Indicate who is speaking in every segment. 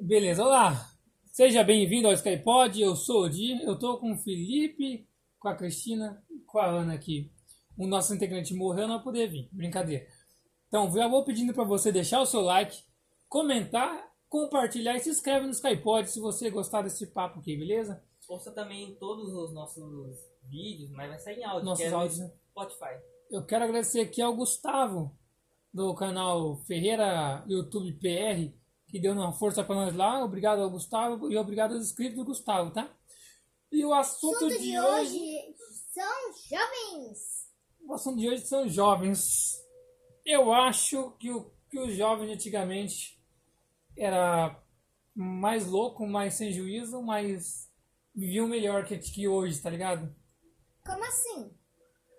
Speaker 1: Beleza, olá! Seja bem-vindo ao SkyPod, eu sou o Di, eu tô com o Felipe, com a Cristina, com a Ana aqui. O nosso integrante morreu, não vai poder vir, brincadeira. Então, já vou pedindo para você deixar o seu like, comentar, compartilhar e se inscreve no SkyPod se você gostar desse papo aqui, beleza?
Speaker 2: Ouça também todos os nossos vídeos, mas vai sair em áudio.
Speaker 1: Nossos
Speaker 2: que é no
Speaker 1: áudios, né?
Speaker 2: Spotify.
Speaker 1: Eu quero agradecer aqui ao Gustavo, do canal Ferreira YouTube PR, que deu uma força pra nós lá. Obrigado ao Gustavo e obrigado aos inscritos do Gustavo, tá? E o
Speaker 3: O
Speaker 1: assunto
Speaker 3: assunto
Speaker 1: de, hoje.
Speaker 3: são jovens.
Speaker 1: O assunto de hoje são jovens. Eu acho que, o, que os jovens de antigamente era mais louco, mais sem juízo, mas viviam melhor que, que hoje, tá ligado?
Speaker 3: Como assim?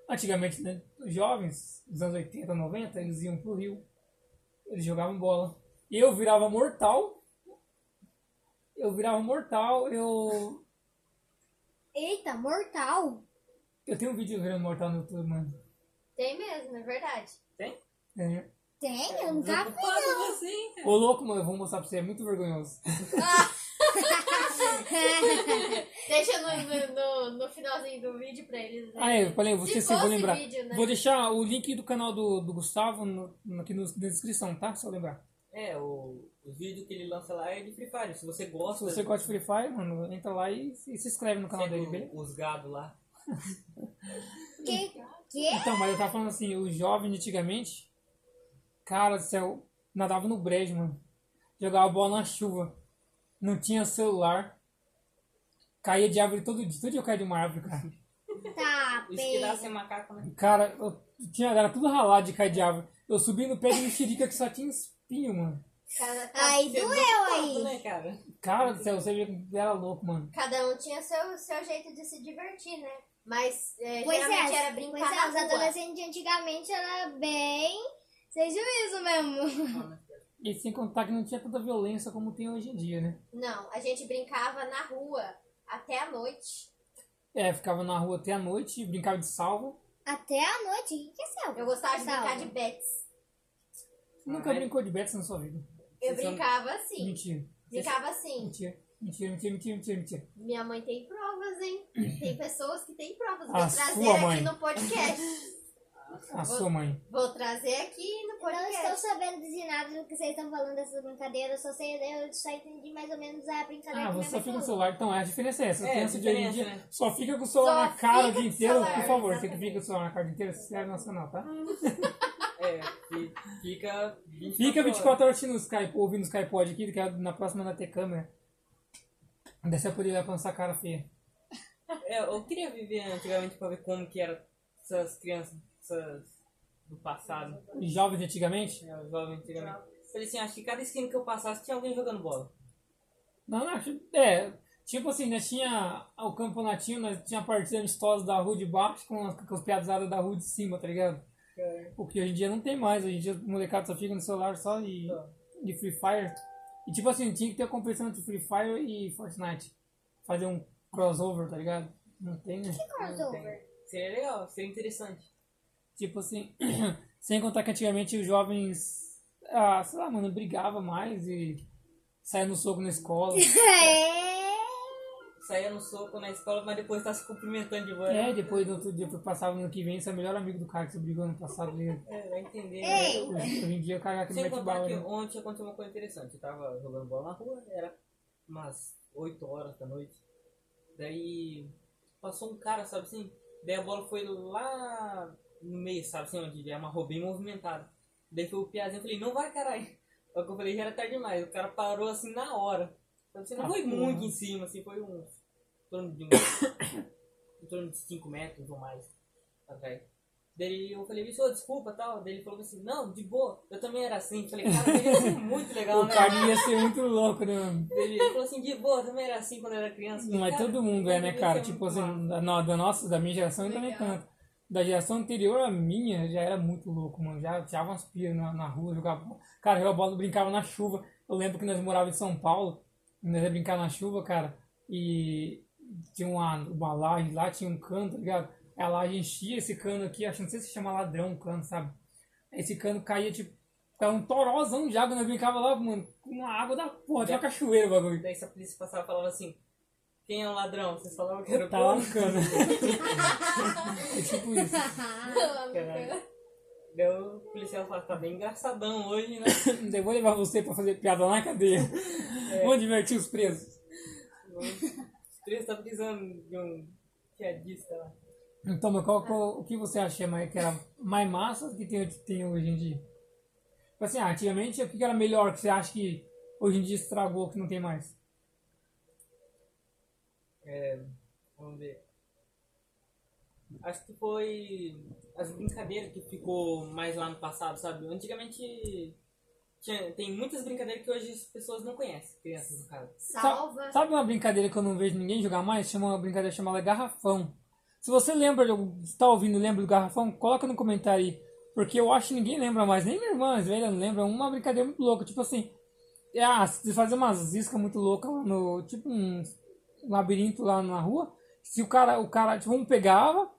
Speaker 1: Antigamente, né, os jovens, dos anos 80, 90, eles iam pro Rio. Eles jogavam bola. Eu virava mortal. Eu virava mortal. Eu,
Speaker 3: Eita, mortal.
Speaker 1: eu tenho um vídeo virando mortal no YouTube, mano.
Speaker 4: Tem mesmo, é verdade.
Speaker 2: Tem?
Speaker 1: É.
Speaker 3: Tem? Eu nunca vi, não.
Speaker 2: assim.
Speaker 1: Ô louco, mano, eu vou mostrar pra você, é muito vergonhoso.
Speaker 4: Deixa no, no, no- no finalzinho do vídeo pra eles. Né?
Speaker 1: Ah, é, eu falei, você
Speaker 4: Se
Speaker 1: sim, vou
Speaker 4: fosse
Speaker 1: lembrar.
Speaker 4: vídeo, né?
Speaker 1: Vou deixar o link do canal do, do Gustavo no- no- aqui no- na descrição, tá? Só lembrar.
Speaker 2: É, o, o vídeo que ele lança lá é de Free Fire. Se você
Speaker 1: Se
Speaker 2: gosta,
Speaker 1: você gosta de Free Fire, mano, entra lá e, e se inscreve no canal
Speaker 2: segue
Speaker 1: dele,
Speaker 2: o-
Speaker 1: beleza?
Speaker 2: os gado lá.
Speaker 3: Que? Que?
Speaker 1: Então, mas eu tava falando assim, os jovens de antigamente, cara do céu, nadava no brejo, mano. Jogava bola na chuva. Não tinha celular. Caía de árvore todo dia. Todo dia eu caía de uma árvore, cara.
Speaker 3: Tá,
Speaker 2: Isso que dá
Speaker 3: bem.
Speaker 2: ser macaco, né?
Speaker 1: Cara, eu tinha era tudo ralado de cair de árvore. Eu subi no pé de mexerica que só tinha espinho, mano.
Speaker 4: Cada,
Speaker 3: Aí
Speaker 2: Você é
Speaker 3: doeu
Speaker 2: dotado,
Speaker 3: aí.
Speaker 2: né, cara?
Speaker 1: Cara do céu, você vê que era louco, mano.
Speaker 4: cada um tinha seu, seu jeito de se divertir, né? Mas é,
Speaker 3: Pois
Speaker 4: geralmente
Speaker 3: é,
Speaker 4: era
Speaker 3: pois
Speaker 4: brincar
Speaker 3: é, os
Speaker 4: na rua.
Speaker 3: adolescentes de antigamente era bem sem juízo mesmo.
Speaker 1: E sem contar que não tinha tanta violência como tem hoje em dia, né?
Speaker 4: Não, a gente brincava na rua até a noite.
Speaker 1: É, ficava na rua até a noite, brincava de salvo.
Speaker 3: Até a noite, o que que é céu?
Speaker 4: Eu gostava de brincar
Speaker 3: Salva.
Speaker 4: de bets.
Speaker 1: Nunca
Speaker 2: Caralho.
Speaker 1: brincou de bets na sua vida.
Speaker 4: Eu
Speaker 2: Vocês são-
Speaker 4: brincava assim.
Speaker 1: Mentira.
Speaker 4: Brincava assim.
Speaker 1: Mentira, mentira, mentira, mentira, mentira, mentira.
Speaker 4: Minha mãe tem provas, hein? Tem pessoas que têm provas. Vou
Speaker 1: A
Speaker 4: trazer
Speaker 1: sua
Speaker 4: aqui
Speaker 1: mãe.
Speaker 4: no podcast.
Speaker 1: A Ah, sua mãe.
Speaker 4: Vou trazer aqui no
Speaker 3: Eu não estou
Speaker 4: podcast.
Speaker 3: sabendo de nada do que vocês estão falando dessas brincadeiras, eu só sei, eu só entendi mais ou menos a
Speaker 4: tá
Speaker 3: brincadeira
Speaker 1: Ah,
Speaker 3: que minha
Speaker 1: você só
Speaker 3: mãe
Speaker 1: fica com o
Speaker 3: falou.
Speaker 1: celular. Então, a diferença é essa.
Speaker 2: É,
Speaker 1: É, criança de hoje em
Speaker 2: diferença,
Speaker 1: dia
Speaker 2: né?
Speaker 1: só fica com o celular
Speaker 4: Só
Speaker 1: na cara o dia
Speaker 4: fica com o
Speaker 1: inteiro.
Speaker 4: celular,
Speaker 1: Por favor, você que
Speaker 4: exatamente.
Speaker 1: fica com o celular na cara o dia inteiro, se inscreve no canal, tá?
Speaker 2: É, fi- fica 24
Speaker 1: Fica
Speaker 2: horas.
Speaker 1: 24 horas assistindo o Skype, ouvindo o Skypod aqui, que é na próxima vai ter câmera. Dessa por ele lançar cara feia.
Speaker 2: É, eu queria viver antigamente pra ver como que eram essas crianças essas do passado.
Speaker 1: Jovens de antigamente?
Speaker 2: né, os jovens antigamente. Falei assim, acho que cada esquina que eu passasse tinha alguém jogando bola.
Speaker 1: Não, não, acho- é. Tipo assim, né? Tinha o campeonatinho, nós tinha a partida amistosa da rua de baixo com as, com as piadzadas da rua de cima, tá ligado?
Speaker 3: É.
Speaker 1: O que hoje em dia não tem mais. Hoje em dia o molecado só fica no celular só e,
Speaker 2: Só.
Speaker 1: e Free Fire. E tipo assim, tinha que ter a competição entre Free Fire e Fortnite. Fazer um crossover, tá ligado? Não tem, né?
Speaker 3: Crossover.
Speaker 2: Seria legal, seria interessante.
Speaker 1: Tipo assim, sem contar que antigamente os jovens, ah, sei lá, mano, brigava mais e saia no soco na escola.
Speaker 2: Saía no soco na escola, mas depois tá se cumprimentando de boa.
Speaker 1: É, depois do outro dia eu passava no que vem, você é o melhor amigo do cara que você brigou no passado. Ele,
Speaker 2: É, vai entender.
Speaker 3: Ei!
Speaker 2: né?
Speaker 1: hoje em dia o cara que não
Speaker 2: Sem
Speaker 1: mete
Speaker 2: contar
Speaker 1: bala.
Speaker 2: que
Speaker 1: né?
Speaker 2: ontem aconteceu uma coisa interessante. Eu tava jogando bola na rua, era umas 8 horas da noite. Daí passou um cara, sabe assim? Daí a bola foi lá no meio, sabe assim, onde amarrou bem movimentado. Daí foi o piazinho, eu falei, não vai, caralho. Só que eu falei, já era tarde demais. O cara parou assim na hora. Sabe assim, não
Speaker 1: Ah,
Speaker 2: foi
Speaker 1: porra.
Speaker 2: muito em cima, assim, foi um. Em torno de um- em torno de 5 metros ou mais. Atrás. Daí eu falei, bicho, ô, desculpa tal. Daí ele falou assim, não, de boa, eu também era assim. Falei, cara, ele é muito legal,
Speaker 1: O
Speaker 2: né?
Speaker 1: cara ia ser muito louco, né, mano?
Speaker 2: Daí ele falou assim, de boa, eu também era assim quando eu era criança.
Speaker 1: Não é
Speaker 2: Cara,
Speaker 1: todo mundo, é, né,
Speaker 2: isso
Speaker 1: cara?
Speaker 2: muito
Speaker 1: Tipo assim,
Speaker 2: massa.
Speaker 1: da, no- da nossa, da minha geração ainda nem
Speaker 4: Legal.
Speaker 1: tanto. Da geração anterior à minha, já era muito louco, mano. Já tirava umas pias na, na rua, jogava bola. Cara, jogava bola, brincava na chuva. Eu lembro que nós morávamos em São Paulo, nós ia brincar na chuva, cara. E tinha uma, uma laje lá, tinha um cano, tá ligado? A laje enchia esse cano aqui, acho que não sei se chama ladrão o cano, sabe? Esse cano caía, tipo, Tava um torozão de água, nós brincava lá, mano, com uma água da porra, de uma cachoeira o bagulho.
Speaker 2: Daí se a polícia passava e falava assim, quem é o ladrão? Vocês falavam que era o
Speaker 1: Tá lá
Speaker 2: Paulo.
Speaker 1: no cano. é tipo isso.
Speaker 4: Ah,
Speaker 2: Caralho. Daí o policial falava, tá bem engraçadão hoje, né?
Speaker 1: Eu vou levar você pra fazer piada na cadeia. Vamos divertir os presos.
Speaker 2: Os três tá precisando de um piadista lá.
Speaker 1: Então, mas qual, qual- o que você acha mais, que era mais massa do que tem, tem hoje em dia? Tipo Assim, ah, antigamente, o que que era melhor que você acha que hoje em dia estragou, que não tem mais?
Speaker 2: É, vamos ver. Acho que foi as brincadeiras que ficou mais lá no passado, sabe? Antigamente tinha, tem muitas brincadeiras que hoje as pessoas não conhecem, crianças no caso.
Speaker 4: Salva.
Speaker 1: Sabe uma brincadeira que eu não vejo ninguém jogar mais? Chama uma brincadeira chamada Garrafão. Se você lembra, está ouvindo, lembra do Garrafão, coloca no comentário aí. Porque eu acho que ninguém lembra mais, nem minha irmã mais velha não lembra. É Uma brincadeira muito louca, tipo assim, é, ah, se fazer umas iscas muito loucas lá no. Tipo um labirinto lá na rua. Se o cara, o cara, tipo, um pegava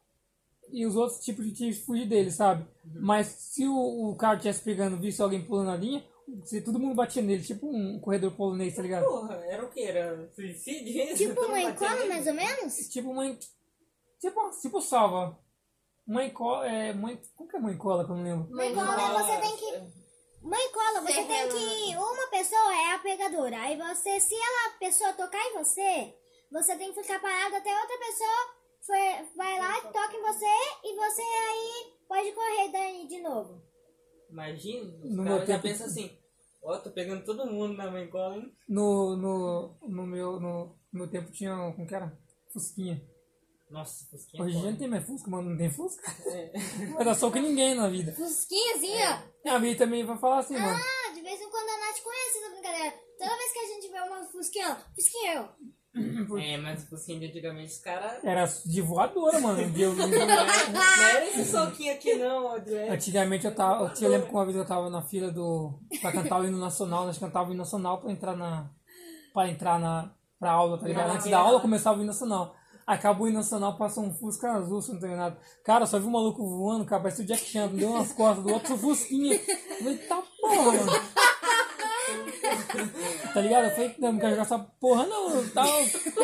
Speaker 1: e os outros, tipo, tinham que fugir dele, sabe? Mas se o, o cara estivesse pegando, visse alguém pulando a linha, se todo mundo batia nele, tipo um corredor polonês, tá ligado?
Speaker 2: Porra, era o que? Era suicídio? isso?
Speaker 3: Tipo
Speaker 2: Todo
Speaker 3: uma
Speaker 2: mundo batia
Speaker 3: icona,
Speaker 2: nele?
Speaker 3: mais ou menos?
Speaker 1: Tipo mãe. Tipo, tipo salva. Mãe cola. É, mãe, como que é mãe cola que eu não lembro?
Speaker 3: Mãe
Speaker 4: Mãe
Speaker 3: cola,
Speaker 2: cola.
Speaker 3: é você tem que. Mãe cola, você
Speaker 4: Sem
Speaker 3: tem
Speaker 4: ela.
Speaker 3: que. Uma pessoa é a pegadora. Aí você, se ela a pessoa tocar em você, você tem que ficar parado até outra pessoa foi- vai lá, toca em você e você aí pode correr daí de novo.
Speaker 2: Imagina, os
Speaker 1: No meu
Speaker 2: caras já
Speaker 1: tempo-
Speaker 2: pensam assim, ó, tô pegando todo mundo na mãe cola, hein?
Speaker 1: No, no, no, meu, no, no meu tempo tinha. um, Como que era? Fusquinha.
Speaker 2: Nossa, fusquinha
Speaker 1: Hoje em dia
Speaker 2: foda.
Speaker 1: não tem mais Fusca, mano. Não tem Fusca.
Speaker 2: É.
Speaker 1: Vai dar soco em ninguém na vida.
Speaker 4: Fusquinhazinha.
Speaker 3: É.
Speaker 1: A vida também vai falar assim, mano.
Speaker 3: Ah, de vez em quando a Nath conhece essa brincadeira. Toda vez que a gente vê uma fusquinha, ó, fusquinha eu.
Speaker 2: É, mas o fusquinha de antigamente os caras... né?
Speaker 1: Era de voadora, mano. de-
Speaker 2: Não era esse soquinho aqui não, Adriano.
Speaker 1: Antigamente eu tava. Eu, te lembro que uma vez eu tava na fila do. pra cantar o hino nacional, nós cantávamos o hino nacional pra entrar na. pra entrar na. pra aula, tá ligado?
Speaker 2: Na
Speaker 1: Antes da
Speaker 2: ladeira,
Speaker 1: aula
Speaker 2: né?
Speaker 1: começava o hino nacional. Acabou o hino nacional, passou um Fusca azul, se não tem nada. Cara, só vi um maluco voando, cara, parecia o Jack Chan, deu umas costas do outro, um Fusquinha. Eu falei, tá porra, mano. Tá ligado? Eu falei, não, não quero jogar essa porra, não. eu Tava...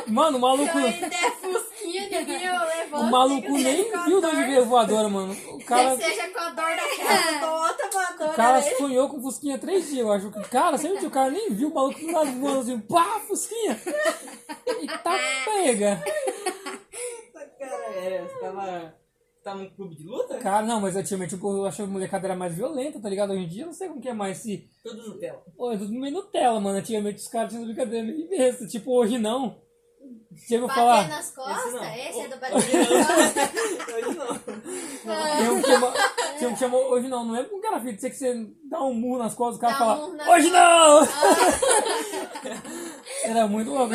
Speaker 1: Mano, o maluco.
Speaker 4: Eu ainda é fusquinha, ninguém eu levanto.
Speaker 1: O maluco
Speaker 4: que
Speaker 1: nem
Speaker 4: seja com a
Speaker 1: viu
Speaker 4: dor-
Speaker 1: de onde veio a voadora, mano. O cara.
Speaker 4: Que seja com a dor da cara, bota uma dor né?
Speaker 1: O cara sonhou com Fusquinha três dias, eu acho. que- Cara, sempre que o cara nem viu o maluco do lado voando assim, pá, Fusquinha! E tá pega!
Speaker 2: Essa cara é, você tava, tava num clube de luta?
Speaker 1: Cara, não, mas antigamente tipo, eu achei que a molecada era mais violenta, tá ligado? Hoje em dia eu não sei como que é mais se.
Speaker 2: Tudo Nutella.
Speaker 1: Pô, é tudo meio Nutella, mano. Antigamente os caras tinham brincadeira meio besta. Tipo, hoje não. Chega eu
Speaker 4: Bater
Speaker 1: falar.
Speaker 4: nas costas?
Speaker 2: Esse não.
Speaker 4: Esse, é do bater nas costas?
Speaker 2: Hoje não.
Speaker 1: Tem um que chama. Tem um que chama hoje não, não lembro como que era filho. Tem que você dá um murro nas costas, o cara
Speaker 4: Dá
Speaker 1: fala.
Speaker 4: um murro nas
Speaker 1: hoje
Speaker 4: costas."
Speaker 1: não! era muito louco.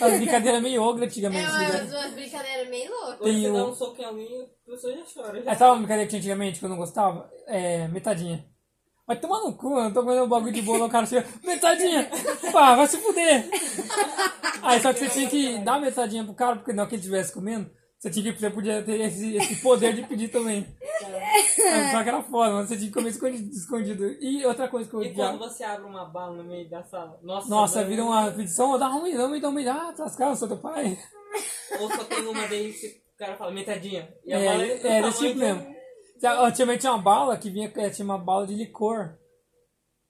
Speaker 1: As brincadeiras meio ogra antigamente.
Speaker 4: É
Speaker 1: tá ligado?
Speaker 4: umas, umas brincadeiras meio loucas.
Speaker 2: Hoje você
Speaker 1: Tem
Speaker 2: dá
Speaker 1: um-
Speaker 2: um soco em alguém e a pessoa já chora. Já.
Speaker 1: Essa é uma brincadeira que tinha antigamente que eu não gostava? É, metadinha. Vai tomar no cu, eu tô comendo um bagulho de bolo, o cara chega, metadinha! Pá, vai se fuder! Aí só que você tinha que dar metadinha pro cara, porque na hora que ele estivesse comendo, você tinha que você podia ter esse, esse poder de pedir também.
Speaker 2: É.
Speaker 1: Aí, Só que era foda, mas você tinha que comer escondido. escondido. E outra coisa que eu
Speaker 2: E quando
Speaker 1: odiava.
Speaker 2: você abre uma bala no meio da sala? Nossa,
Speaker 1: Nossa,
Speaker 2: mano.
Speaker 1: vira uma pedição, dá um milhão, me dá um milhão, ah, as caras, sou teu pai.
Speaker 2: Ou só tem uma daí que o cara fala metadinha. E a
Speaker 1: É,
Speaker 2: bala do
Speaker 1: é, era
Speaker 2: tamanho
Speaker 1: esse tipo
Speaker 2: de um-
Speaker 1: mesmo. Tinha- Antigamente tinha uma bala que vinha, eh, tinha uma bala de licor.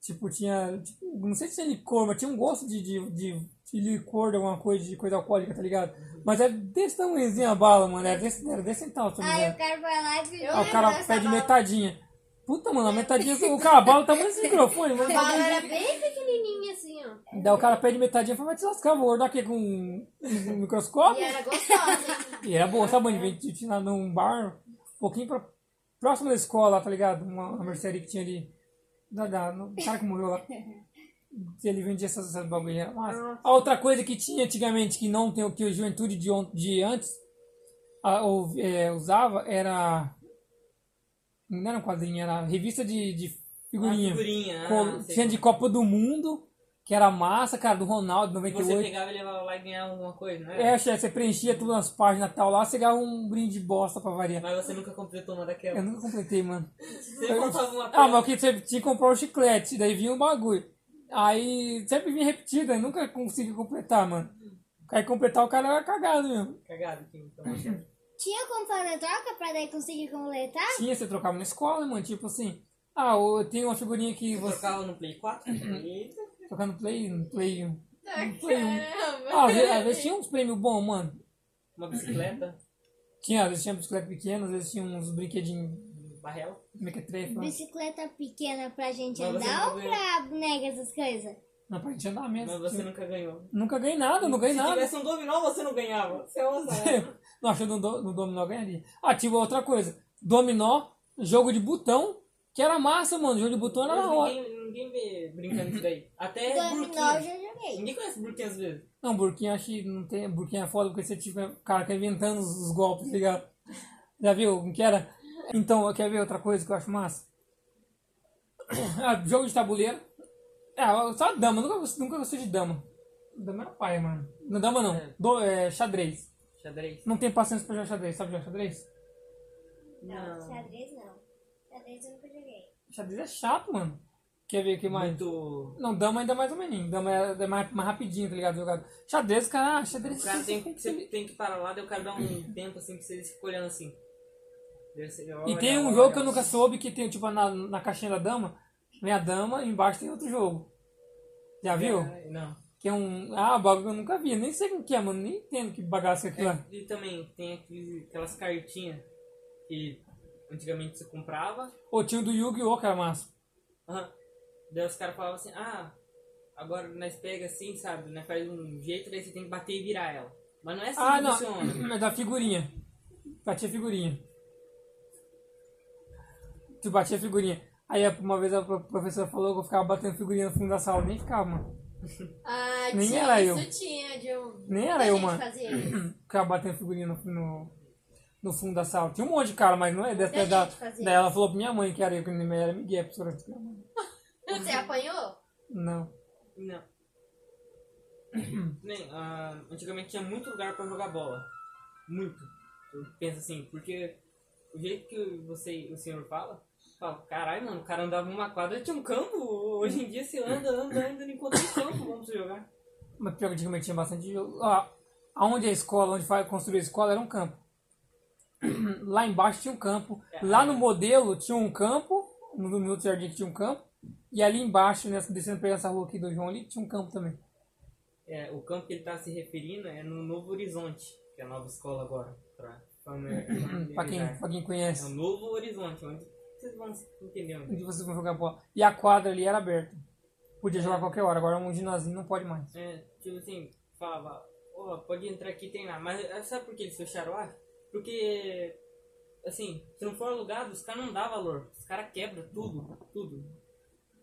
Speaker 1: Tipo, tinha. tipo, não sei se tinha licor, mas tinha um gosto de, de, de, de licor, de alguma coisa, de coisa alcoólica, tá ligado? Mas era desse tamanhozinho a bala, mano. Era desse, era desse centavo, se eu não me
Speaker 3: Aí
Speaker 1: engano.
Speaker 3: o cara vai lá e
Speaker 4: Eu
Speaker 1: Aí
Speaker 4: lembro
Speaker 1: o cara
Speaker 4: dessa
Speaker 1: pede
Speaker 4: bala.
Speaker 1: metadinha. Puta, mano, a metadinha. o cara, a bala tá muito microfone, mano.
Speaker 4: A bala era bem pequenininha assim, ó.
Speaker 1: Daí o cara pede metadinha e fala, vai te lascar, vou guardar aqui com um, um microscópio.
Speaker 4: E era gostosa, hein?
Speaker 1: E era boa, sabe onde vendia tinha lá num bar, um pouquinho pra, próximo da escola, tá ligado? Uma, uma mercearia que tinha ali. Da, da, no, o cara que morreu lá. Ele vendia essas, essas bagulhinhas. Mas, a outra coisa que tinha antigamente, que não tem o que a juventude de, on- de antes a- ou, é, usava, era. Não era um quadrinho, era revista de, de
Speaker 2: Uma
Speaker 1: figurinha.
Speaker 2: figurinha. ah,
Speaker 1: Com-
Speaker 2: sei.
Speaker 1: tinha de Copa do Mundo, que era massa, cara, do Ronaldo,
Speaker 2: Você
Speaker 1: 98.
Speaker 2: pegava e levava lá e ganhava alguma coisa, não
Speaker 1: É,
Speaker 2: é?
Speaker 1: chefe, você preenchia tudo nas páginas tal lá, você ganhava um brinde de bosta pra variar.
Speaker 2: Mas você nunca completou uma daquela.
Speaker 1: É. Eu nunca completei, mano.
Speaker 2: Você comprava uma
Speaker 1: Ah,
Speaker 2: coisa.
Speaker 1: mas o que você tinha que comprar o chiclete, daí vinha o bagulho. Aí sempre vinha repetido, aí nunca consegui completar, mano. Aí completar o cara era cagado mesmo.
Speaker 2: Cagado, que então,
Speaker 1: Uhum.
Speaker 2: você-
Speaker 3: Tinha como fazer troca pra daí conseguir completar?
Speaker 1: Tinha, você trocava na escola, mano, tipo assim. Ah, eu tenho uma figurinha que
Speaker 2: Você
Speaker 1: você
Speaker 2: trocava no Play 4?
Speaker 1: Uhum.
Speaker 2: Eita.
Speaker 1: tocar no Play, no Play.
Speaker 4: Ah,
Speaker 1: Foi um.
Speaker 4: Caramba.
Speaker 1: Ah, às vezes, às vezes tinha uns prêmios bons, mano.
Speaker 2: Uma bicicleta?
Speaker 1: Tinha, às vezes tinha bicicleta pequena, às vezes tinha uns brinquedinhos é
Speaker 2: Um barrel?
Speaker 1: mequetrefe, mano.
Speaker 3: Bicicleta pequena pra gente
Speaker 2: Mas você
Speaker 3: andar
Speaker 2: não
Speaker 3: ou
Speaker 2: ganhou.
Speaker 3: pra nega essas coisas?
Speaker 1: Não, pra gente andar mesmo.
Speaker 2: Mas você nunca ganhou.
Speaker 1: Nunca ganhei nada, eu não ganhei
Speaker 2: Se
Speaker 1: nada.
Speaker 2: tivesse um dominó, você não ganhava. Você é uma
Speaker 1: Não, acho que no, do- no dominó ganharia. Ah, tinha outra coisa. Dominó, jogo de botão, que era massa, mano. Jogo de botão era na hora.
Speaker 2: ninguém, ninguém vê brincando isso daí. Até
Speaker 3: Dominó eu
Speaker 2: Burquinha.
Speaker 3: já joguei.
Speaker 2: Ninguém conhece Burquinha às vezes.
Speaker 1: Não, burquinha acho que não tem. Burquinha é foda porque você tipo, cara, que é inventando os, os golpes, tá ligado? Já viu como que era? Então, quer ver outra coisa que eu acho massa? Ah, jogo de tabuleiro. Ah, só dama, nunca, gost- nunca gostei de dama. Dama era pai, mano. Não, dama não.
Speaker 2: É.
Speaker 1: Do- é, xadrez.
Speaker 2: Xadrez?
Speaker 1: Não tem paciência pra jogar xadrez, sabe jogar xadrez?
Speaker 3: xadrez não. Xadrez eu nunca joguei.
Speaker 1: Xadrez é chato, mano. Quer ver o que mais?
Speaker 2: Muito.
Speaker 1: Não, dama ainda mais ou menos. Dama é, é mais, mais rapidinho, tá ligado? Jogado. Xadrez, cara, ah, xadrez.
Speaker 2: O cara tem,
Speaker 1: tem que
Speaker 2: você
Speaker 1: ser-
Speaker 2: tem que parar lá, daí o cara dá um tempo assim que você fica olhando assim. Deve ser-
Speaker 1: E
Speaker 2: olha,
Speaker 1: tem um
Speaker 2: olha.
Speaker 1: jogo que eu nunca soube que tem, tipo, na, na caixinha da dama, vem a dama e embaixo tem outro jogo. Já viu?
Speaker 2: É, não.
Speaker 1: Que é um. Ah, bagulho que eu nunca vi. Nem sei como que é, mano. Nem entendo que bagaço que é aquilo. lá.
Speaker 2: E também tem aqueles- aquelas cartinhas que antigamente você comprava.
Speaker 1: Ô, tinha o do Yu-Gi-Oh! que era massa.
Speaker 2: Aham. Daí os caras falavam assim, ah, agora nós pega assim, sabe? Nós faz um jeito, daí você tem que bater e virar ela. Mas não é assim
Speaker 1: Ah,
Speaker 2: que
Speaker 1: não.
Speaker 2: funciona.
Speaker 1: É da figurinha. Batia figurinha. Tu batia figurinha. Aí uma vez a pro- professora falou que eu ficava batendo figurinha no fundo da sala. Nem ficava, mano.
Speaker 4: Ah,
Speaker 1: Nem
Speaker 4: tinha,
Speaker 1: era eu.
Speaker 4: Isso tinha, de um...
Speaker 1: Nem era
Speaker 4: a
Speaker 1: eu,
Speaker 4: gente
Speaker 1: mano.
Speaker 4: Fazia isso.
Speaker 1: ficava batendo figurinha no, no, no fundo da sala. Tinha um monte de cara, mas não é dessa.
Speaker 4: Muita
Speaker 1: Da,
Speaker 4: gente fazia
Speaker 1: daí ela falou pra minha mãe que era eu, que não era Miguel, a professora disse,
Speaker 4: Você apanhou?
Speaker 1: Não.
Speaker 2: Não. Nem, ah, antigamente tinha muito lugar pra jogar bola. Muito. Eu penso assim, porque o jeito que você, o senhor fala, fala, caralho, mano, o cara andava numa quadra, tinha um campo. Hoje em dia se anda, anda, anda, não encontra um campo, vamos jogar.
Speaker 1: Mas pior que antigamente tinha bastante jogo. Ó, aonde é a escola, onde vai construir a escola, era um campo. Lá embaixo tinha um campo.
Speaker 2: É.
Speaker 1: Lá no modelo tinha um campo. No, no outro jardim que tinha um campo. E ali embaixo, nessa, descendo pra essa rua aqui do João ali, tinha um campo também.
Speaker 2: É, o campo que ele tá se referindo é no Novo Horizonte, que é a nova escola agora. Pra,
Speaker 1: Hum, Pra quem, pra quem
Speaker 2: É o
Speaker 1: conhece. Hum.
Speaker 2: Novo Horizonte, onde vocês vão entender onde.
Speaker 1: Onde vocês vão jogar bola. E a quadra ali era aberta. Podia jogar a qualquer hora. Agora é um ginásinio, não pode mais.
Speaker 2: É, tipo assim, falava, ó, pode entrar aqui e treinar. Mas eh, sabe por que eles fecharam lá? Porque, assim, se não for alugado, os caras não dá valor. Os caras quebram tudo, tudo.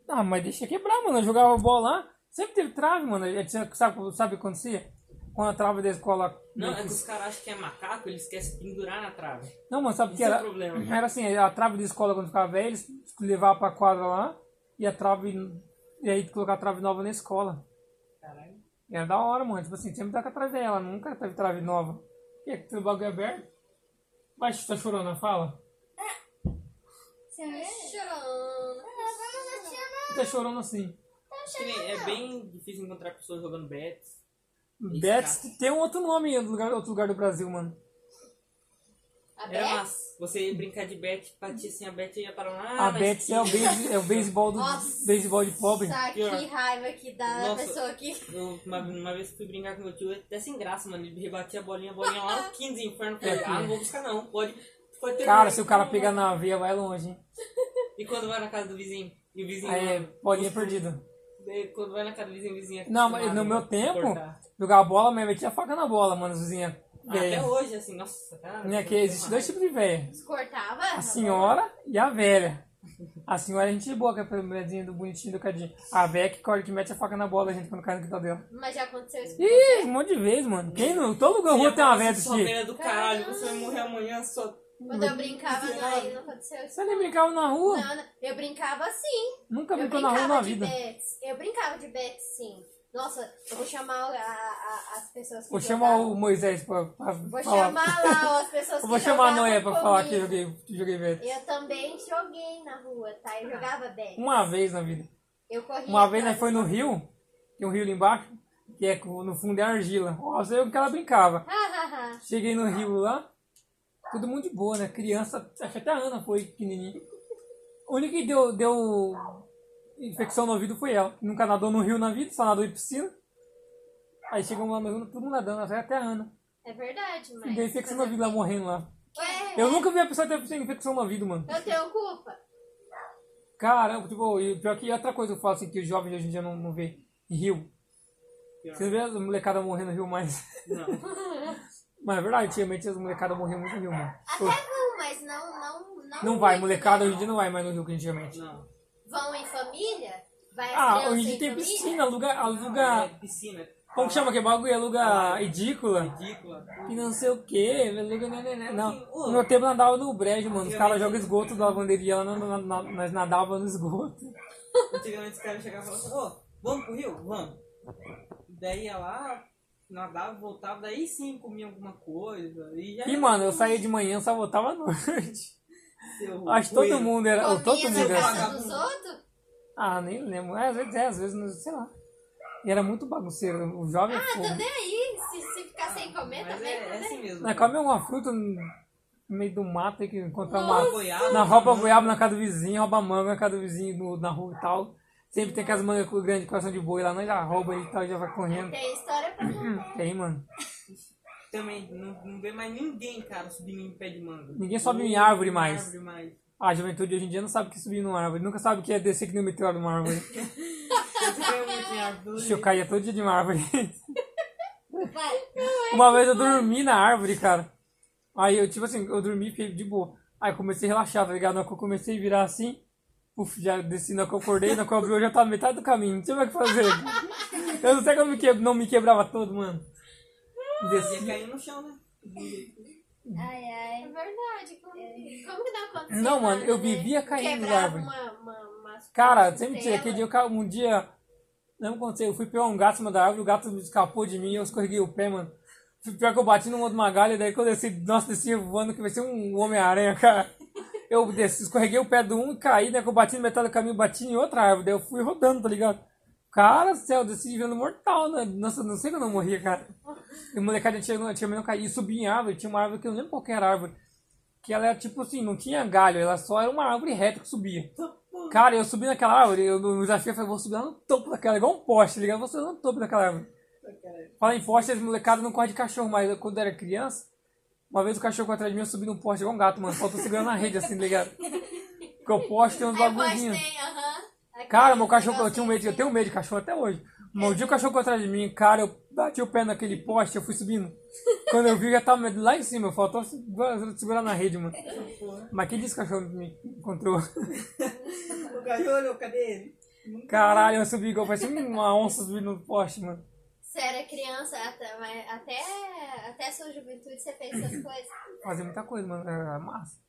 Speaker 1: Ah, mas deixa quebrar, mano. Eu jogava bola lá, sempre teve trave, mano. Eu tinha- Sabe, sabe o que acontecia? Quando a trave da escola.
Speaker 2: Não, é que os caras acham que é macaco, eles esquecem de pendurar na trave.
Speaker 1: Não, mano, sabe o que
Speaker 2: Esse é o
Speaker 1: era?
Speaker 2: problema.
Speaker 1: Era assim, a trave da escola quando ficava velha, eles levavam pra quadra lá e a trave. E aí colocar a trave nova na escola.
Speaker 2: Caralho.
Speaker 1: E era da hora, mano. Tipo assim, sempre tá com a trave velha, ela nunca teve trave nova. E aqui tem o bagulho aberto. Mas tá chorando, a fala?
Speaker 3: Você não é?
Speaker 4: Chorando.
Speaker 1: Tá chorando assim.
Speaker 2: Que nem, é bem difícil encontrar pessoas jogando bets.
Speaker 1: Betis tem um outro nome em outro lugar, outro lugar do Brasil, mano.
Speaker 4: A
Speaker 2: Era
Speaker 4: Beth?
Speaker 2: massa. Você ia brincar de bet, batia assim a bet e ia parar lá.
Speaker 1: a
Speaker 2: na
Speaker 1: Betis é o,
Speaker 2: esquina.
Speaker 1: beise- é o beisebol do
Speaker 4: Nossa.
Speaker 1: beisebol de pobre.
Speaker 4: Nossa, que
Speaker 2: Pior.
Speaker 4: raiva que dá a
Speaker 2: Nossa.
Speaker 4: pessoa Ah, aqui.
Speaker 2: Eu, uma, uma vez fui brincar com meu tio, é até sem graça, mano. Ele rebatia a bolinha, a bolinha lá no 15, inferno. Falei, ah, não vou buscar não. Pode, pode ter.
Speaker 1: Cara,
Speaker 2: medo.
Speaker 1: se o cara pegar na veia, vai longe, hein?
Speaker 2: E quando vai na casa do vizinho? E o vizinho.
Speaker 1: Aí é bolinha perdida.
Speaker 2: E Quando vai na casa do vizinho, o vizinho é
Speaker 1: Não, mas
Speaker 2: acostumado
Speaker 1: no
Speaker 2: a
Speaker 1: meu tempo,
Speaker 2: cortar.
Speaker 1: jogar bola mesmo, metia a faca na bola, mano, Zuzinha.
Speaker 2: Até
Speaker 1: Velha.
Speaker 2: hoje, assim, nossa, cara.
Speaker 1: Né, é. que existe dois tipos de velha.
Speaker 4: Cortava?
Speaker 1: A senhora e a velha. A senhora é gente boa, que é a primeirazinha do bonitinho do cadinho. A velha que corre, que mete a faca na bola, gente, quando cai no quintal dela.
Speaker 4: Mas já aconteceu isso.
Speaker 1: Ih, um monte de vezes, mano. Quem não? Todo lugar na rua tem uma velha desse
Speaker 2: Sua
Speaker 1: jeito.
Speaker 2: velha do caralho, você vai morrer amanhã, sua
Speaker 4: Quando eu brincava,
Speaker 1: é
Speaker 2: Sim,
Speaker 4: não, aí
Speaker 2: ela-
Speaker 4: não aconteceu isso.
Speaker 1: Você nem brincava na rua?
Speaker 4: Não, não, eu brincava sim.
Speaker 1: Nunca
Speaker 4: eu
Speaker 1: brincou Tá na rua na
Speaker 4: brincava de
Speaker 1: vida.
Speaker 4: bets. Eu brincava de bets, sim. Nossa, eu vou chamar a- a- as pessoas que
Speaker 1: Vou chamar
Speaker 4: jogavam.
Speaker 1: o Moisés pra, pra
Speaker 4: Vou
Speaker 1: falar.
Speaker 4: chamar lá as pessoas
Speaker 1: Eu vou
Speaker 4: que
Speaker 1: chamar a
Speaker 4: jogavam
Speaker 1: Noé pra falar que
Speaker 4: comigo.
Speaker 1: joguei, que joguei Beto.
Speaker 4: Eu também joguei na rua, tá? Eu jogava bets.
Speaker 1: Uma vez na vida.
Speaker 4: Eu corria
Speaker 1: Uma vez nós
Speaker 4: atrás
Speaker 1: foi no rio, tem um rio ali embaixo, que é com- no fundo é argila. Nossa, eu que ela brincava.
Speaker 4: Hahaha.
Speaker 1: Cheguei no rio lá, todo mundo de boa, né? Criança, acho que até a Ana foi pequenininha. O único que deu, deu infecção no ouvido foi ela. Nunca nadou no rio na vida, só nadou em piscina. Aí chegou uma menina, todo mundo nadando, até a Ana.
Speaker 4: é verdade, mas.
Speaker 1: Deu infecção no ouvido lá, morrendo lá.
Speaker 4: Ué,
Speaker 1: Eu nunca vi a pessoa ter infecção no ouvido, mano.
Speaker 4: eu tenho culpa.
Speaker 1: Caramba, tipo, e o pior que outra coisa que eu falo assim, que os jovens hoje em dia não, não vê rio.
Speaker 2: Pior.
Speaker 1: Você não vê as molecadas morrendo no rio mais.
Speaker 2: Não.
Speaker 1: Mas é verdade, antigamente as molecadas morriam muito no rio, mano. Pô,
Speaker 4: Até vão, mas não. Não, não,
Speaker 1: Não vai,
Speaker 4: muito,
Speaker 1: molecada
Speaker 4: né?
Speaker 1: hoje em dia não vai mais no rio que antigamente.
Speaker 2: Não.
Speaker 4: Vão em família? Vai as
Speaker 1: Ah,
Speaker 4: crianças
Speaker 1: hoje em dia
Speaker 4: em
Speaker 1: tem
Speaker 4: família?
Speaker 1: piscina, aluga.
Speaker 2: Não,
Speaker 1: aluga
Speaker 2: é piscina.
Speaker 1: como que chama aquele bagulho? Aluga edícula.
Speaker 2: Ridícula.
Speaker 1: E não sei o que, aluga. né, né, né. Não,
Speaker 2: Assim, ô.
Speaker 1: no meu tempo nadava no brejo, mano. Os caras
Speaker 2: Antigamente-
Speaker 1: jogam esgoto da lavanderia, lá, na- na- na- nós nadava no esgoto.
Speaker 2: Antigamente os caras chegavam e falavam assim, ô, vamos pro rio? Vamos. Daí ia lá, nadava, voltava, daí sim comia alguma coisa. E, já
Speaker 1: E, mano, eu saía de manhã só voltava à noite.
Speaker 2: Seu
Speaker 1: Acho que todo
Speaker 2: coelho.
Speaker 1: mundo era. ou todo
Speaker 4: Comia na
Speaker 1: mundo era.
Speaker 4: casa
Speaker 2: assim.
Speaker 4: dos outros?
Speaker 1: Ah, nem lembro. É, às vezes é, às vezes não, sei lá. E era muito bagunceiro. O jovem é
Speaker 4: Ah,
Speaker 1: fogo.
Speaker 4: tô nem aí. Se, se ficar sem comer
Speaker 2: Mas
Speaker 4: também,
Speaker 2: é, é
Speaker 4: também.
Speaker 2: assim mesmo.
Speaker 1: Nós Né, come uma fruta no meio do mato aí que encontra
Speaker 2: Uma
Speaker 1: uma.
Speaker 2: goiaba,
Speaker 1: Na rouba goiaba na casa do vizinho, rouba manga na casa do vizinho no- na rua e tal. Sempre tem aquelas mangas com grande coração de boi lá, nós já rouba e tal, já vai correndo.
Speaker 4: Tem história é pra contar.
Speaker 1: Tem, mano.
Speaker 2: Também, não, não vê mais ninguém, cara, subindo em pé de manga.
Speaker 1: Ninguém sobe em
Speaker 2: Ninguém
Speaker 1: árvore
Speaker 2: sobe em
Speaker 1: mais.
Speaker 2: árvore mais.
Speaker 1: A juventude hoje em dia não sabe o que é subir numa árvore. Nunca sabe o que é descer que nem um meteoro numa árvore.
Speaker 2: Você caiu muito em árvore.
Speaker 1: Ixi, Eu caía todo dia de uma árvore.
Speaker 4: Vai.
Speaker 1: Uma vez eu dormi na árvore, cara. Aí eu, tipo assim, eu dormi fiquei de boa. Aí eu comecei a relaxar, tá ligado? Na hora que eu comecei a virar assim, puf, já desci, na hora que eu acordei, na hora que eu abri, eu já tava metade do caminho. Não tinha mais o que fazer. Eu não sei como eu me que- não me quebrava todo, mano.
Speaker 2: Ia
Speaker 1: Desci.
Speaker 2: cair no chão, né?
Speaker 3: Ai,
Speaker 4: É
Speaker 3: ai.
Speaker 4: verdade. Como, como que não aconteceu?
Speaker 1: Não, mano,
Speaker 4: nada,
Speaker 1: eu
Speaker 4: né?
Speaker 1: vivia caindo nas
Speaker 4: Quebrava
Speaker 1: árvores.
Speaker 4: uma- uma- umas
Speaker 1: Cara,
Speaker 4: coisas
Speaker 1: sempre tinha.
Speaker 4: dela.
Speaker 1: Aquele dia, eu ca- um dia. Lembra quando eu fui pegar um gato em cima da árvore, o gato escapou de mim e eu escorreguei o pé, mano. Pior que eu bati numa outra magalha, daí quando eu desci, nossa, desci voando que vai ser um Homem-Aranha, cara. Eu desci, escorreguei o pé do um e caí, daí que eu bati no metade do caminho, bati em outra árvore, daí eu fui rodando, tá ligado? Cara do céu, eu desci vendo mortal, né? Nossa, não sei que eu não morria, cara. E o molecada tinha, tinha menos caído, e subi em árvore, tinha uma árvore que eu não lembro qual que era a árvore. Que ela era tipo assim, não tinha galho, ela só era uma árvore reta que subia. Cara, eu subi naquela árvore, eu no desafio eu falei, vou subir lá no topo daquela, igual um poste, ligado? Vou subir lá no topo daquela árvore. Fala em poste, as molecadas não correm de cachorro, mas eu, quando eu era criança, uma vez o cachorro correu atrás de mim, eu subi num poste igual um gato, mano. Só tô segurando na rede assim, ligado? Porque o poste tem uns
Speaker 4: Aí pode
Speaker 1: bagulhinhos.
Speaker 4: ter, aham. Aquele
Speaker 1: Cara, meu cachorro, eu
Speaker 4: negocinho
Speaker 1: tinha um medo, eu
Speaker 4: assim.
Speaker 1: tenho medo de cachorro até hoje. Mas um dia o cachorro correu atrás de mim, cara, eu bati o pé naquele poste, eu fui subindo. Quando eu vi, eu já tava lá em cima, faltou segurar segurar na rede, mano. Mas quem disse que o cachorro me encontrou?
Speaker 2: O cachorro, cadê ele?
Speaker 1: Caralho, eu subi igual, parecia uma onça subindo no poste, mano.
Speaker 4: Você era criança, até, mas até, até a sua juventude você fez essas coisas.
Speaker 1: Fazia muita coisa, mano, era massa.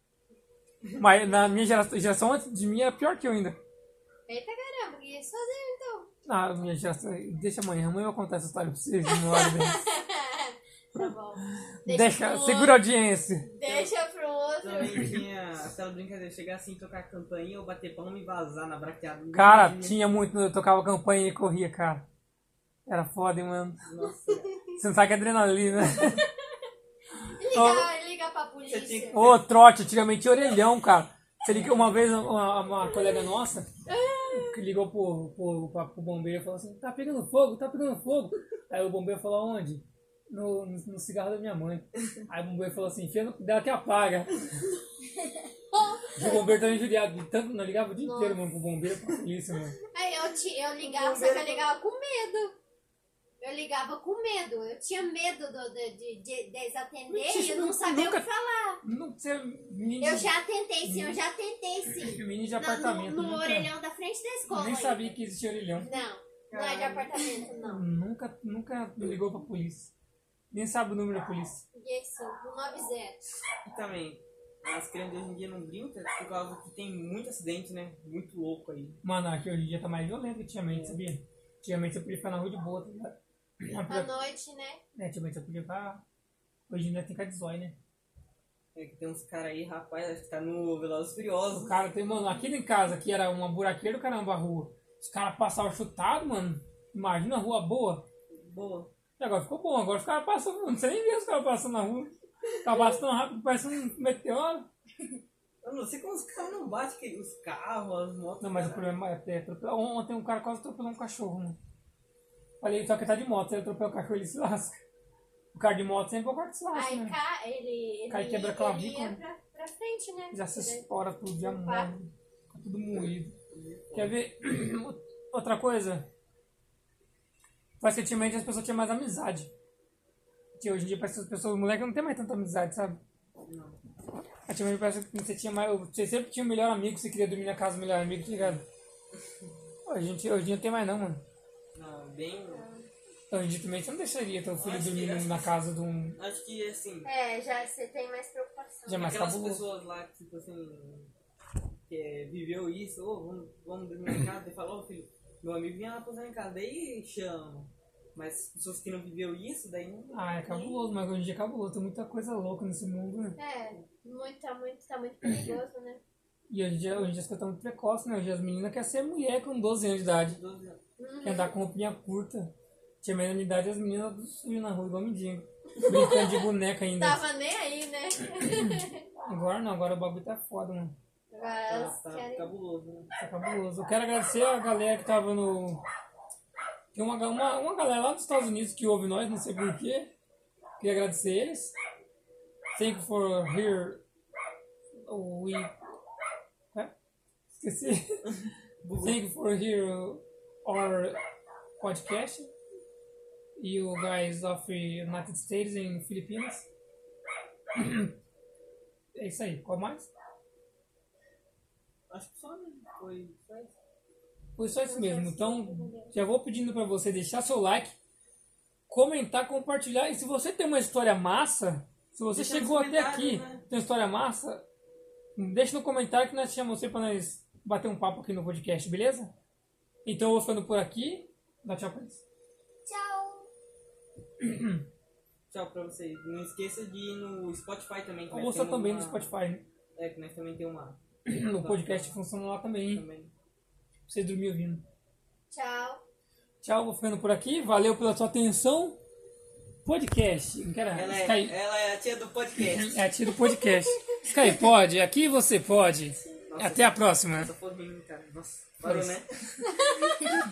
Speaker 1: Mas na minha geração, geração antes de mim era pior que eu ainda.
Speaker 4: Eita caramba, o que isso fazer então?
Speaker 1: Na minha geração, deixa amanhã, amanhã eu vou contar essa história pra vocês. Uma hora dessa.
Speaker 4: Tá bom.
Speaker 1: deixa,
Speaker 4: pro
Speaker 1: segura a audiência.
Speaker 4: outro, Deixa pro outro.
Speaker 2: Também tinha aquela brincadeira, chegar assim, tocar a campainha ou bater palma e vazar na braqueada.
Speaker 1: Cara, tinha muito, eu tocava campanha e corria, cara. Era foda, hein, mano.
Speaker 2: Nossa,
Speaker 1: Você não sabe que é adrenalina.
Speaker 4: Liga, liga é pra polícia.
Speaker 2: Você tinha que-
Speaker 1: Ô, trote, antigamente tinha orelhão, cara. Você liga uma vez uma, uma colega nossa que ligou pro, pro, pra- pro bombeiro e falou assim, tá pegando fogo, tá pegando fogo. Aí o bombeiro falou, onde? No, no, no cigarro da minha mãe. Aí o bombeiro falou assim, enfia no dela que apaga. E o bombeiro tava injuriado, de tanto não ligava o dia inteiro, mano, pro bombeiro pra polícia, mano.
Speaker 4: Aí eu, ti- eu ligava, só que eu ligava com medo. Eu ligava com medo. Eu tinha medo do, de, de, de deles atender e eu não sabia
Speaker 1: Nunca-
Speaker 4: o que falar.
Speaker 1: Não, você é menino,
Speaker 4: Eu já tentei sim, eu já tentei sim.
Speaker 1: menino de
Speaker 4: Na-
Speaker 1: apartamento.
Speaker 4: no, no
Speaker 1: nunca-
Speaker 4: orelhão da frente da escola.
Speaker 1: nem
Speaker 4: ainda.
Speaker 1: sabia que existia orelhão.
Speaker 4: Não, não é de apartamento, não.
Speaker 1: Nunca, nunca ligou pra polícia. Nem sabe o número da polícia.
Speaker 4: Liguei sim, 190.
Speaker 2: também. As crianças hoje em dia não brincam por causa que tem muito acidente, né? Muito louco aí.
Speaker 1: Mano, aqui hoje em dia tá mais violento que antigamente, sabia? Antigamente você podia ficar na rua de boa, tá ligado?
Speaker 4: À noite, né?
Speaker 1: Né, antigamente você podia ficar. Hoje em dia tem que ficar de zóio, né?
Speaker 2: É que tem uns caras aí, rapaz, acho que tá no Velozes e Furiosos.
Speaker 1: O cara tem, mano, aqui em casa que era uma buraqueira do caramba a rua. Os caras passavam chutado, mano. Imagina a rua boa.
Speaker 2: Boa.
Speaker 1: E agora ficou bom, agora os caras passam, não sei nem ver os caras passando na rua. Acabasse tão rápido, que parece um meteoro.
Speaker 2: Eu não sei como os caras não batem que- os carros, as motos.
Speaker 1: Não, mas o
Speaker 2: cara.
Speaker 1: problema é ter atropelado. Ontem um cara quase atropelou um cachorro, mano. Falei, só que tá de moto, se ele atropela o cachorro, ele se lasca. O cara de moto sempre é o cara que se lasca,
Speaker 4: Aí
Speaker 1: né?
Speaker 4: cá, ele, ele,
Speaker 1: Cai e quebra a
Speaker 4: ele
Speaker 1: clavícula.
Speaker 4: ia pra, pra frente, né?
Speaker 1: Já se estoura tudo, já
Speaker 4: Opa.
Speaker 1: morre. Fica tudo moído. Quer ver outra coisa? Parece que antigamente as pessoas tinham mais amizade. Porque hoje em dia parece que as pessoas, os moleques não tem mais tanta amizade, sabe?
Speaker 2: Não.
Speaker 1: Antigamente parece que você tinha mais. Você sempre tinha o melhor amigo, você queria dormir na casa do melhor amigo, tá ligado? Hoje em dia, hoje em dia não tem mais não, mano. Então,
Speaker 2: Não, bem.
Speaker 1: Hoje em dia também você não deixaria teu filho
Speaker 2: Acho que
Speaker 1: dormindo
Speaker 2: é.
Speaker 1: na casa de um.
Speaker 2: Acho que assim.
Speaker 4: É, já você tem mais preocupação.
Speaker 1: Já mais
Speaker 2: aquelas
Speaker 1: cabuloso.
Speaker 2: pessoas lá que, tipo assim, que é, viveu isso, ô, vamos, vamos dormir em casa, e falou, ô filho, meu amigo vinha lá posar em casa, daí chama. Mas pessoas que não viveu isso, daí não.
Speaker 1: Ah, é cabuloso, mas hoje em dia é cabuloso. Tem muita coisa louca nesse mundo, né?
Speaker 4: É, muito, tá muito, tá muito perigoso, né?
Speaker 1: E hoje em dia, hoje em dia as coisas estão muito precoces, né? Hoje em dia as meninas querem ser mulher com 12 anos de idade.
Speaker 2: 12 anos.
Speaker 1: Quer andar com roupinha curta. Tinha mesmo idade as meninas subiam na rua igual mendigo. Brincando de boneca ainda.
Speaker 4: Tava nem aí, né?
Speaker 1: Agora não, agora o bagulho tá foda, mano.
Speaker 4: Agora
Speaker 2: Tá,
Speaker 4: elas
Speaker 2: tá
Speaker 4: querem.
Speaker 2: cabuloso, né?
Speaker 1: Tá cabuloso. Eu quero agradecer a galera que tava no. Tem uma, ga- uma, uma galera lá dos Estados Unidos que ouve nós, não sei porquê. Queria agradecer eles. Thank you for here. We. Hã? Esqueci. Thank you for here our podcast. You guys of United States and Filipinas. É isso aí. Qual mais?
Speaker 2: Acho que só né? foi. foi-
Speaker 1: Foi só isso mesmo. Então, já vou pedindo pra você deixar seu like, comentar, compartilhar. E se você tem uma história massa, se você
Speaker 2: Deixa nos
Speaker 1: chegou até
Speaker 2: comentários,
Speaker 1: aqui,
Speaker 2: né?
Speaker 1: tem uma história massa, deixa no comentário que nós chamamos você pra nós bater um papo aqui no podcast, beleza? Então eu vou ficando por aqui. Dá tchau pra eles.
Speaker 3: Tchau.
Speaker 2: Tchau pra vocês. Não esqueça de ir no Spotify também. um que nós
Speaker 1: Ouça
Speaker 2: temos
Speaker 1: também
Speaker 2: uma-
Speaker 1: no Spotify, né?
Speaker 2: É, que nós também tem uma.
Speaker 1: o podcast funciona lá também, hein?
Speaker 2: Também.
Speaker 1: Pra você dormir ouvindo.
Speaker 4: Tchau.
Speaker 1: Tchau, vou ficando por aqui. Valeu pela sua atenção. Podcast. Não quero
Speaker 2: Ela, é,
Speaker 1: Sky-
Speaker 2: ela é a tia do podcast.
Speaker 1: É a tia do podcast. Sky pode, aqui você pode. Até É a próxima.
Speaker 2: Só por mim, cara. Nossa, parou,
Speaker 1: Mas-
Speaker 2: né?